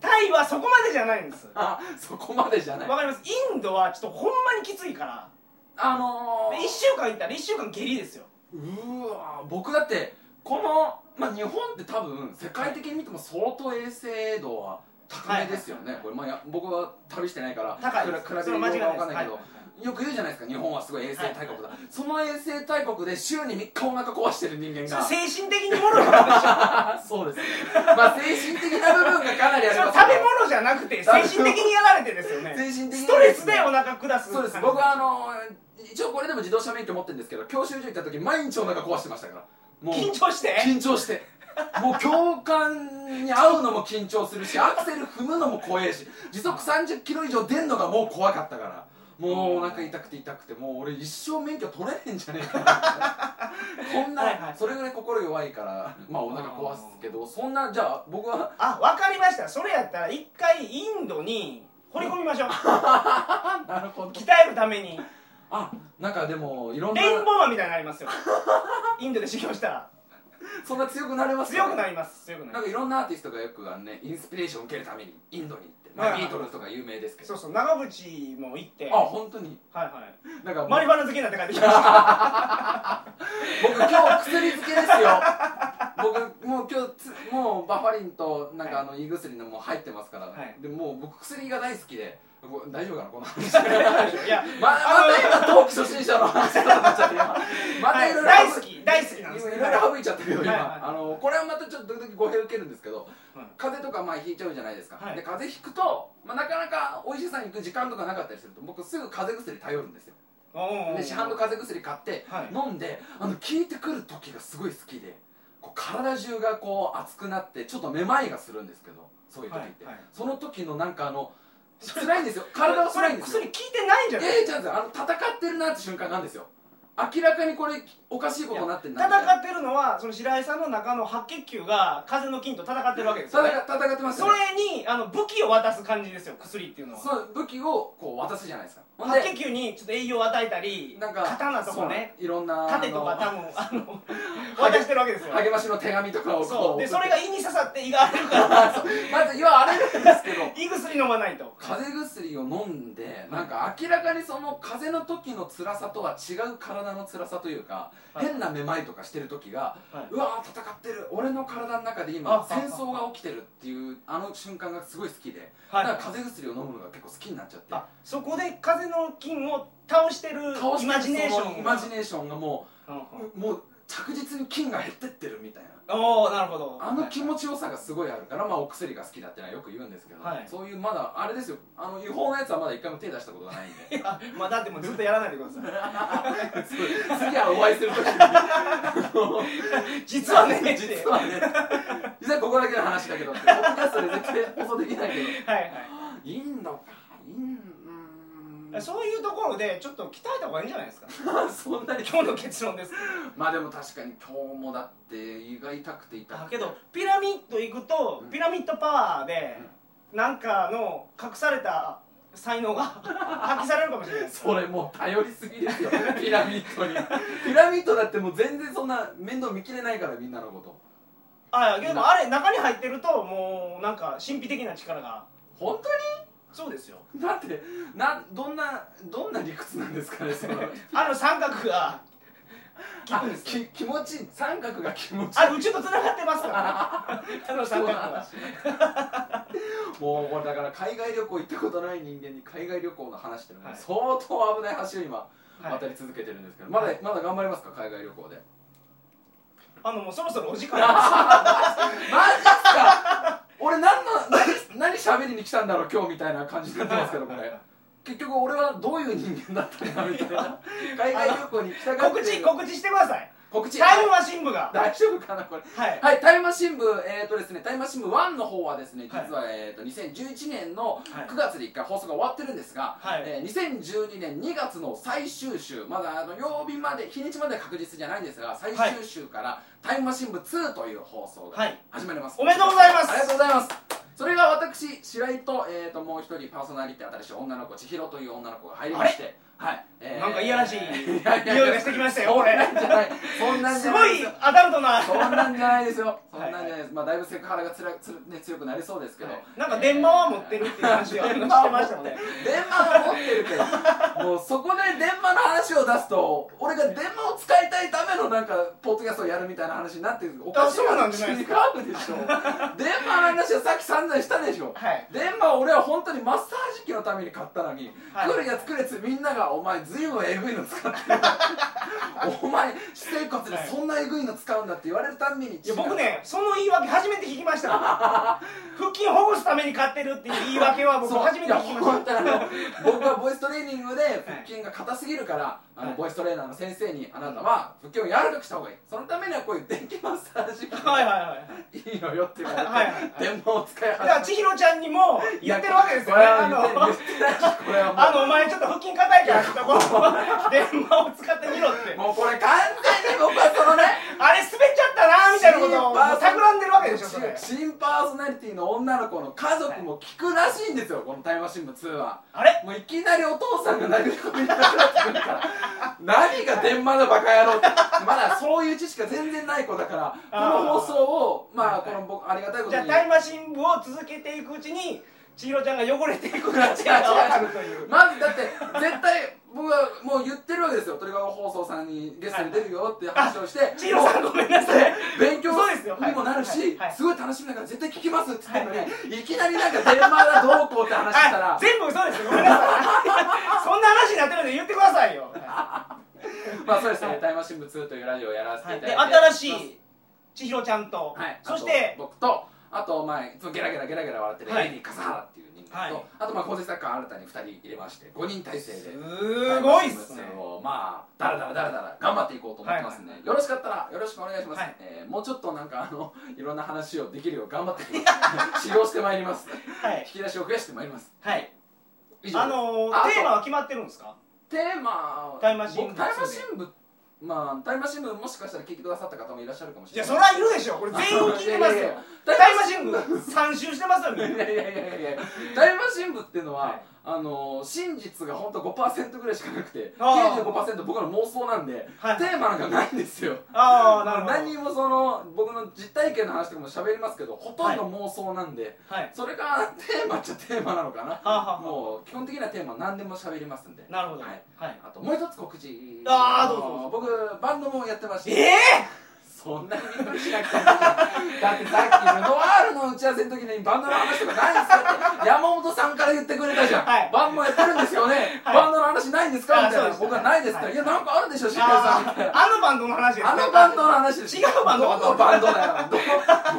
Speaker 2: タイはそこまでじゃないんですわ
Speaker 1: あそこまでじゃない
Speaker 2: かりますインドはちょっとほんまにきついから
Speaker 1: あのー、
Speaker 2: 1週間行ったら1週間下痢ですよ
Speaker 1: うーわー僕だってこの、まあ、日本って多分世界的に見ても相当衛生度は高めですよね、これ、まあ、や僕は旅してないから
Speaker 2: 高い
Speaker 1: 比
Speaker 2: で
Speaker 1: べ
Speaker 2: す
Speaker 1: 比べ
Speaker 2: そ
Speaker 1: るよう
Speaker 2: れは間違い
Speaker 1: が分
Speaker 2: ないで
Speaker 1: か
Speaker 2: す
Speaker 1: んないけど、よく言うじゃないですか日本はすごい衛生大国だ、
Speaker 2: は
Speaker 1: その衛生大国で週に3日お腹壊してる人間
Speaker 2: それ
Speaker 1: が
Speaker 2: 精神的に もろなんでしょ
Speaker 1: あそうですねまあ精神的な部分がかなりあり
Speaker 2: そ
Speaker 1: ま
Speaker 2: れ
Speaker 1: す
Speaker 2: 食べ物じゃなくて精神的にやられてですよね
Speaker 1: 精神的に
Speaker 2: ストレスでお腹下す
Speaker 1: そうです僕はあのー一応これでも自動車免許持ってるんですけど教習所行った時毎日お腹壊してましたからもう
Speaker 2: 緊張して
Speaker 1: 緊張してもう教官に会うのも緊張するしアクセル踏むのも怖えし時速30キロ以上出んのがもう怖かったからもうお腹痛くて痛くてもう俺一生免許取れへんじゃねえかなってこんな、
Speaker 2: はいはい
Speaker 1: それぐらい心弱いからまあお腹壊すけどそんなじゃあ僕 は
Speaker 2: あわかりましたそれやったら一回インドに掘り込みましょう
Speaker 1: なるほど
Speaker 2: 鍛えるために
Speaker 1: あなんかでもいろんな
Speaker 2: レインボーマンみたいになりますよインドで修行したら
Speaker 1: そんな強くなれます
Speaker 2: 強くな
Speaker 1: る
Speaker 2: ります強くな
Speaker 1: なん
Speaker 2: りま
Speaker 1: かいろんなアーティストがよくあのねインスピレーションを受けるためにインドに行って、
Speaker 2: はい
Speaker 1: まあ、
Speaker 2: はい
Speaker 1: ビートルズとか有名ですけ
Speaker 2: す
Speaker 1: ど
Speaker 2: そうそう長渕も行って
Speaker 1: あ本当に
Speaker 2: はいはい
Speaker 1: なんかもう
Speaker 2: マリファナ好きになって帰って きました
Speaker 1: 僕今日薬漬けですよ僕もう今日つもうバファリンとなんかあの胃薬のもう入ってますから、
Speaker 2: はい
Speaker 1: でもう僕薬が大好きで こ大丈夫かなこの話
Speaker 2: いや
Speaker 1: ままた今トーク初心者の話だなっちゃって今またいろいろ
Speaker 2: はい大好き大好きなんです
Speaker 1: 今
Speaker 2: ね
Speaker 1: いろいろ省いちゃったけど今、
Speaker 2: はいはいはい
Speaker 1: あのこれはまたちょっと時々語弊受けるんですけど、
Speaker 2: はい
Speaker 1: 風邪とかまあひいちゃうじゃないですか、
Speaker 2: はい
Speaker 1: で風邪ひくと、まあ、なかなかお医者さん行く時間とかなかったりすると僕すぐ風邪薬頼るんですよ
Speaker 2: おー
Speaker 1: で市販の風邪薬買って
Speaker 2: はい
Speaker 1: 飲んで、あの効いてくる時がすごい好きでこう体中がこう熱くなってちょっとめまいがするんですけどそういう時って、
Speaker 2: はいはい
Speaker 1: その時のなんかあの辛いんですよ体が
Speaker 2: それ
Speaker 1: 辛いんです
Speaker 2: そ
Speaker 1: よ
Speaker 2: れ薬効いてないんじゃない
Speaker 1: ええちゃんですよあの戦ってるなって瞬間なんですよ明らかにこれおかしいことになってんなみたい
Speaker 2: 戦
Speaker 1: な
Speaker 2: ってるのはその白井さんの中の白血球が風の菌と戦ってるわけですよ、ね、
Speaker 1: 戦戦ってます
Speaker 2: そ
Speaker 1: よ
Speaker 2: れ
Speaker 1: ね
Speaker 2: にあの武器を渡す感じですよ薬っていうのは
Speaker 1: そう武器をこう渡すじゃないですかほん
Speaker 2: 白
Speaker 1: で
Speaker 2: 血球にちょっと栄養を与えたり
Speaker 1: なんか
Speaker 2: 刀とかね
Speaker 1: そういろんな
Speaker 2: 盾とか
Speaker 1: あ
Speaker 2: 多分あの渡してるわけですよ
Speaker 1: の励ましの手紙とかをこう
Speaker 2: そうで
Speaker 1: 送
Speaker 2: そ
Speaker 1: って
Speaker 2: れが胃に刺さって胃が荒れるから
Speaker 1: そうまず言わあれるんですけど
Speaker 2: 胃薬飲まないと
Speaker 1: 風邪薬を飲んでなんか明らかにその風邪の時の辛さとは違う体の辛さというか、
Speaker 2: はい
Speaker 1: 変なめまいとかしてる時が、
Speaker 2: はいう
Speaker 1: わー戦ってる俺の体の中で
Speaker 2: あ
Speaker 1: 今戦争が起きてるっていうあの瞬間がすごい好きで、
Speaker 2: はい
Speaker 1: だから風邪薬を飲むのが結構好きになっちゃって
Speaker 2: あそこで風の菌を倒してる
Speaker 1: 倒してる
Speaker 2: イマジネーシ
Speaker 1: その
Speaker 2: ョン
Speaker 1: イマジネーションがも
Speaker 2: うんうん
Speaker 1: う,、もう着実に菌が減ってってるみたいな
Speaker 2: おおなるほど
Speaker 1: あの気
Speaker 2: ち
Speaker 1: 持ちよさがすごいあるから、まあ、お薬が好きだってのはよく言うんですけど、
Speaker 2: はい
Speaker 1: そういうまだあれですよあの違法なやつはまだ一回も手出したことがないんで
Speaker 2: まあだってもうずっとやらないでください
Speaker 1: 次はお会いするときに
Speaker 2: 実はね
Speaker 1: 実はね実はここだけの話だけどポッドキャストで絶対放送できないけど
Speaker 2: はい
Speaker 1: インドかインうー
Speaker 2: はい
Speaker 1: ん
Speaker 2: そういうところでちょっと鍛えた方がいいんじゃないですか
Speaker 1: そんなに
Speaker 2: 今日の結論です
Speaker 1: まあでも確かに今日もだって胃が痛くて痛
Speaker 2: だ
Speaker 1: くて
Speaker 2: けどピラミッド行くと
Speaker 1: うん
Speaker 2: ピラミッドパワーでなんかの隠された 才能が発揮されるかもしれないです
Speaker 1: それもう頼りすぎです よピラミッドにピラミッドだってもう全然そんな面倒見きれないからみんなのこと
Speaker 2: あいやでもあれ中に入ってるともうなんか神秘的な力が
Speaker 1: 本当
Speaker 2: そうですよ
Speaker 1: にだってなどんなどんな理屈なんですかねその
Speaker 2: あの三角が効
Speaker 1: あ
Speaker 2: くんですよ
Speaker 1: き気持ちいい三角が気持ちいい
Speaker 2: あれ宇宙と繋がってますからねあの三角が
Speaker 1: もうこれだから海外旅行行ったことない人間に海外旅行の話ってのは
Speaker 2: はい
Speaker 1: 相当危ない橋を今
Speaker 2: はい
Speaker 1: 渡り続けてるんですけど、まだまだ頑張りますか海外旅行で
Speaker 2: あのもうそろそろお時間です
Speaker 1: マジっすか俺何の何何喋りに来たんだろう今日みたいな感じになってますけどこれ結局俺はどういう人間だったんだみたいな海外旅行に来たがっ
Speaker 2: 告
Speaker 1: て
Speaker 2: 知
Speaker 1: る
Speaker 2: 告知してください
Speaker 1: 告知
Speaker 2: タイムマシン部が
Speaker 1: 大丈夫かなこれ
Speaker 2: はい
Speaker 1: はい、タイマー新聞、えーとですね、タイマー新聞1の方はですね、実
Speaker 2: はい
Speaker 1: は、えー、と2011年の
Speaker 2: はい
Speaker 1: 9月で1回放送が終わってるんですが、
Speaker 2: はい
Speaker 1: えー2012年2月の最終週、まだあの曜日まで、日にちまでは確実じゃないんですが、最終週からタイマー新聞2という放送
Speaker 2: は
Speaker 1: が
Speaker 2: い
Speaker 1: 始まります。
Speaker 2: おめでとうございます
Speaker 1: ありがとうございます。それが私、白井と,、えー、ともう一人パーソナリティ、新しい女の子、千尋という女の子が入りまして、 はいえー
Speaker 2: なんかいやらしい
Speaker 1: やや
Speaker 2: 匂いがしてきましたよこれ
Speaker 1: そんなんじゃない、そんなんじ
Speaker 2: す
Speaker 1: ゃ
Speaker 2: ご
Speaker 1: ない
Speaker 2: いアダルトな
Speaker 1: そんなんじゃないですよ。そんなんじゃない
Speaker 2: はい
Speaker 1: です。まあだいぶセクハラがつらつるね強くなりそうですけど。
Speaker 2: なんか電話は持ってるっていう 話をしてましたね
Speaker 1: 電話は持ってるけど、もうそこで電話の話を出すと、俺が電話を使いたいためのなんかポッドキャストをやるみたいな話になってる。おかしい
Speaker 2: そうなんじゃないです
Speaker 1: か。違うでしょ。 電話の話はさっき散々したでしょ。
Speaker 2: はい
Speaker 1: 電話俺は本当にマッサージ機のために買ったのに、
Speaker 2: はい
Speaker 1: 来るやつ来るやつみんなが「お前ずいぶんエグいの使って るお前私生活でそんなエグいの使うんだ」って言われるたんびに
Speaker 2: いや僕ねその言い訳初めて聞きました腹筋ほぐすために買ってるっていう言い訳は僕
Speaker 1: そう
Speaker 2: 初めて聞きまし
Speaker 1: いや本当に僕はボイストレーニングで腹筋が硬すぎるから、あ
Speaker 2: は
Speaker 1: の
Speaker 2: い
Speaker 1: ボイストレーナーの先生にあなたは腹筋を柔らかくした方がいいそのためにはこういう電気マッサージ機
Speaker 2: はいはいはい
Speaker 1: いいのよって言われて、
Speaker 2: はいはいはい
Speaker 1: 電話を使い
Speaker 2: だから
Speaker 1: 始
Speaker 2: 千尋ちゃんにも
Speaker 1: め
Speaker 2: 言ってるわけですよ
Speaker 1: い
Speaker 2: ね
Speaker 1: や
Speaker 2: あの
Speaker 1: これは言ってない言ってないしこれはもう
Speaker 2: あのお前ちょっと腹筋硬いからちょっとこう 電話を使ってみろって
Speaker 1: もうこれ完全に僕はそのね
Speaker 2: あれ滑っちゃったなみたいなことをもう企んでるわけでしょそれ
Speaker 1: 新パーソナリティの女の子の家族も聞くらしいんですよこの「タイムマシーン部2」は
Speaker 2: あれ
Speaker 1: もういきなりお父さんが投げ込みになってくるから何が電話だバカ野郎ってまだそういう知識が全然ない子だから
Speaker 2: あー
Speaker 1: この放送をまあ
Speaker 2: はい
Speaker 1: こ
Speaker 2: はい
Speaker 1: の僕ありがたいこと
Speaker 2: じゃあ
Speaker 1: に
Speaker 2: タイムマシン部を続けていくうちに千尋ちゃんが汚れていく感じが分かるという
Speaker 1: まずだって絶対僕はもう言ってるわけですよ鳥籠放送さんにゲストに出るよって話をして
Speaker 2: 千尋さんごめんなさい
Speaker 1: 勉強
Speaker 2: そうですよはい
Speaker 1: にもなるし、
Speaker 2: はいはい
Speaker 1: すごい楽しみだから絶対聞きますって言ってんのに、、
Speaker 2: はい
Speaker 1: きなりなんか電話がどうこうって話した
Speaker 2: あ
Speaker 1: ら
Speaker 2: 全部嘘ですよごめんなさいそんな話になってるんで言ってくださいよ
Speaker 1: まあそうですね、
Speaker 2: はい
Speaker 1: タイムマシン部2というラジオをやらせていただい
Speaker 2: で
Speaker 1: て、
Speaker 2: 新しい千尋ちゃんと、
Speaker 1: はい、
Speaker 2: そして
Speaker 1: あと僕とあとまあいつもゲラゲラゲラゲラ笑ってる
Speaker 2: はい
Speaker 1: エディ笠原っていう人間と、
Speaker 2: はい
Speaker 1: あとまあ構成作家新たに2人入れまして5人体制です
Speaker 2: ごいっすね
Speaker 1: タイムマシン部2をまあだらだらだらだら頑張っていこうと思ってますんで、
Speaker 2: はい
Speaker 1: よろしかったらよろしくお願いします、
Speaker 2: はい
Speaker 1: えーもうちょっとなんかあのいろんな話をで きるよう頑張ってきます修行してまいります
Speaker 2: はい
Speaker 1: 引き出しを増やしてまいります
Speaker 2: はい
Speaker 1: 以上
Speaker 2: あの
Speaker 1: あ
Speaker 2: ー、テーマは決まってるんですか
Speaker 1: テーマ
Speaker 2: タイムマシン部
Speaker 1: 僕タイムマシン部まあタイムマシン部もしかしたら聞いてくださった方もいらっしゃるかもし
Speaker 2: い
Speaker 1: れ
Speaker 2: や
Speaker 1: ない
Speaker 2: そりゃいるでしょこれ全員聞いてます
Speaker 1: いやいやい
Speaker 2: よ
Speaker 1: や
Speaker 2: タイムマシン部3周してますよ
Speaker 1: いやい
Speaker 2: ね
Speaker 1: やいやいや大魔神部っていうのは、
Speaker 2: はい
Speaker 1: あのー真実が本当5%ぐらいしかなくて
Speaker 2: あー
Speaker 1: 95%僕らの妄想なんで、
Speaker 2: はい
Speaker 1: テーマなんかないんですよ
Speaker 2: ああなるほど
Speaker 1: 何もその僕の実体験の話とかも喋りますけどほとんど妄想なんで、
Speaker 2: はい
Speaker 1: それが テーマっちゃテーマなのかな
Speaker 2: はあ、はあは
Speaker 1: もう基本的なテーマは何でも喋りますんで
Speaker 2: あ、なるほど
Speaker 1: は
Speaker 2: はいい、
Speaker 1: あともう一つ告知
Speaker 2: あーどうぞどうぞ
Speaker 1: の僕バンドもやってまして
Speaker 2: ええ
Speaker 1: そんなにびっくりしなくてもいいだってさっきルノワールの打ち合わせの時にバンドの話とかないんですかって山本さんから言ってくれたじゃん、
Speaker 2: はい
Speaker 1: バンドもやってるんですよね、
Speaker 2: はい
Speaker 1: バンドの話ないんですかみたい
Speaker 2: あそう
Speaker 1: な
Speaker 2: でした
Speaker 1: 僕はないですって、
Speaker 2: はい
Speaker 1: い、やなんかあるでしょしっかりさんみたい
Speaker 2: あ
Speaker 1: な
Speaker 2: あのバンドの話です
Speaker 1: あのバンドの話です
Speaker 2: 違うバンド
Speaker 1: どのバンドだよ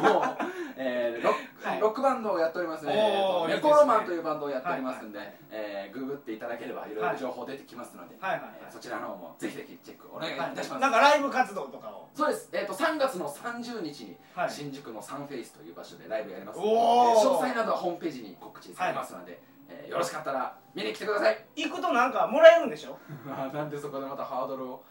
Speaker 1: どのもう、えーロック
Speaker 2: はい
Speaker 1: ロックバンドをやっておりますね、
Speaker 2: お
Speaker 1: え
Speaker 2: ーい
Speaker 1: ー
Speaker 2: い
Speaker 1: とネコ
Speaker 2: ですね
Speaker 1: ロマンというバンドをやっておりますんで、
Speaker 2: はいはい
Speaker 1: えーググっていただければいろいろ情報出てきますので、
Speaker 2: はいはい
Speaker 1: えーそちらの方もぜひぜひチェックお願いいたします、
Speaker 2: なんかライブ活動とかを
Speaker 1: そうです、えー、と3月の30日に
Speaker 2: はい
Speaker 1: 新宿のサンフェイスという場所でライブやります、
Speaker 2: お
Speaker 1: えー
Speaker 2: ー
Speaker 1: 詳細などはホームページに告知されますので、えーよろしかったら見に来てください
Speaker 2: 行くとなんかもらえるんでしょ
Speaker 1: なんでそこでまたハードルを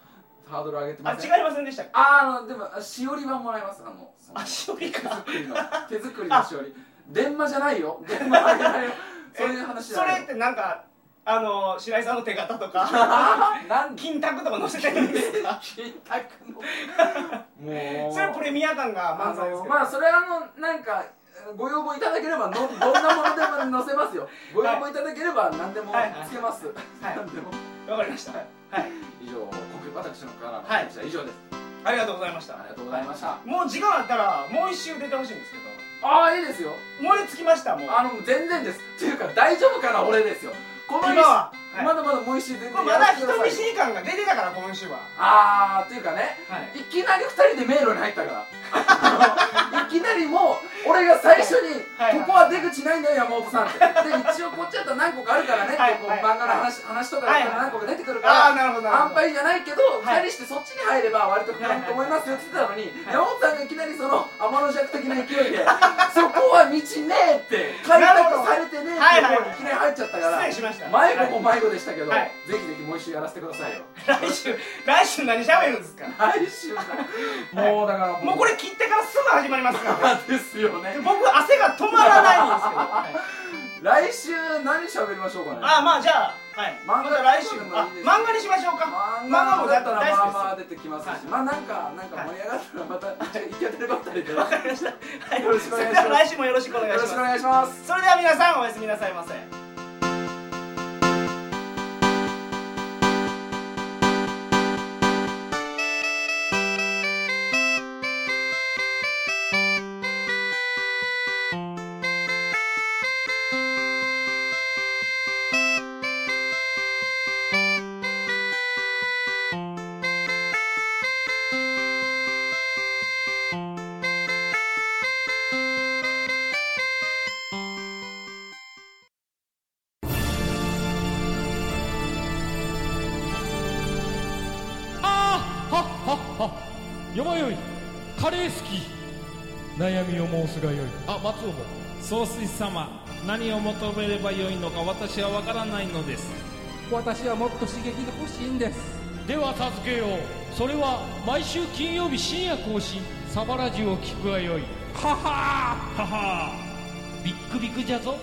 Speaker 1: ハードル上げて
Speaker 2: あ
Speaker 1: ま
Speaker 2: 違
Speaker 1: す
Speaker 2: いませんでしたっけ
Speaker 1: ああでもあしおりはもらえますあのその
Speaker 2: あしおり
Speaker 1: 手
Speaker 2: か
Speaker 1: 作りの手作りのしおり電話じゃないよ電話あげないよそういう話じゃ
Speaker 2: そ
Speaker 1: ない
Speaker 2: れってなんかあの白井さんの手形と か
Speaker 1: なんで
Speaker 2: 金箔とか載せてるんですか
Speaker 1: 金卓のもう
Speaker 2: それプレミア感が
Speaker 1: あ
Speaker 2: 満載です
Speaker 1: の
Speaker 2: けど
Speaker 1: まあそれはあのなんかご要望いただければのどんなものでも載せますよご要望いただければ何でもつけます、
Speaker 2: はい
Speaker 1: 何でも
Speaker 2: わかりましたはい
Speaker 1: 以上告私のからの
Speaker 2: はい
Speaker 1: 告知は以上です、
Speaker 2: ありがとうございました
Speaker 1: ありがとうございました、
Speaker 2: もう時間あったらもう一周出てほしいんですけ
Speaker 1: ああいいですよ
Speaker 2: ど燃え尽きましたもう
Speaker 1: あの全然ですっていうか大丈夫かな俺ですよこの
Speaker 2: 今は、はい
Speaker 1: まだまだもう一周全然
Speaker 2: これまだ人見知り感が出てたから今週は
Speaker 1: ああっていうかね
Speaker 2: はい
Speaker 1: いきなり2人で迷路に入ったから あのいきなりもう俺が最初に「
Speaker 2: はいはい
Speaker 1: ここは出口ないんだよ山本さん」ってで一応こっちだったら何個かあるからね
Speaker 2: はい
Speaker 1: ってこう
Speaker 2: はい
Speaker 1: 漫画の話話とかだったら何個か出てくるか
Speaker 2: ああ
Speaker 1: ら
Speaker 2: なるほどなる
Speaker 1: 安
Speaker 2: ほど
Speaker 1: 牌じゃないけど
Speaker 2: はい
Speaker 1: 2人してそっちに入れば割と膨らむと思いますよって言ってたのに
Speaker 2: はい
Speaker 1: 山本さんがいきなりその天の弱的な勢いで「そこは道ねえ」って開拓されてねえっていう方にいきなり入っちゃったから
Speaker 2: 失礼しました
Speaker 1: 迷子も迷子でしたけど
Speaker 2: は
Speaker 1: ぜ
Speaker 2: い
Speaker 1: ひぜひもう一周やらせてくださいよ
Speaker 2: はい来週来週何喋るんですか
Speaker 1: 来週だもうだから
Speaker 2: もうこれ切ってからすぐ始まりますから
Speaker 1: なんですよね
Speaker 2: 僕汗が止まらないんですけど、はい
Speaker 1: 来週何喋りましょうかね
Speaker 2: あまあじゃあはい
Speaker 1: 漫画
Speaker 2: また来週
Speaker 1: でもいい
Speaker 2: あ
Speaker 1: です
Speaker 2: 漫画にしましょうか
Speaker 1: 漫
Speaker 2: 漫
Speaker 1: 画
Speaker 2: 画
Speaker 1: も
Speaker 2: も
Speaker 1: だ
Speaker 2: だ
Speaker 1: っ
Speaker 2: ったた
Speaker 1: らまあ
Speaker 2: ら大好きです
Speaker 1: まあ出てきますし、
Speaker 2: はい
Speaker 1: まあなんかなんか盛り上がったらまた、い、き当たりばったりで
Speaker 2: わかりましたはい
Speaker 1: よろしくお願いします
Speaker 2: それでは来週もよろしくお願い
Speaker 1: よ
Speaker 2: し
Speaker 1: ろし
Speaker 2: ます
Speaker 1: くお願いします
Speaker 2: それでは皆さんおやすみなさいませ
Speaker 3: あよまよいカレー好き悩みを申すがよいあ松尾も
Speaker 4: 総帥様何を求めればよいのか私は分からないのです
Speaker 5: 私はもっと刺激が欲しいんです
Speaker 3: では助けようそれは毎週金曜日深夜更新サバラジュを聞くがよいははーははービックビックじゃぞ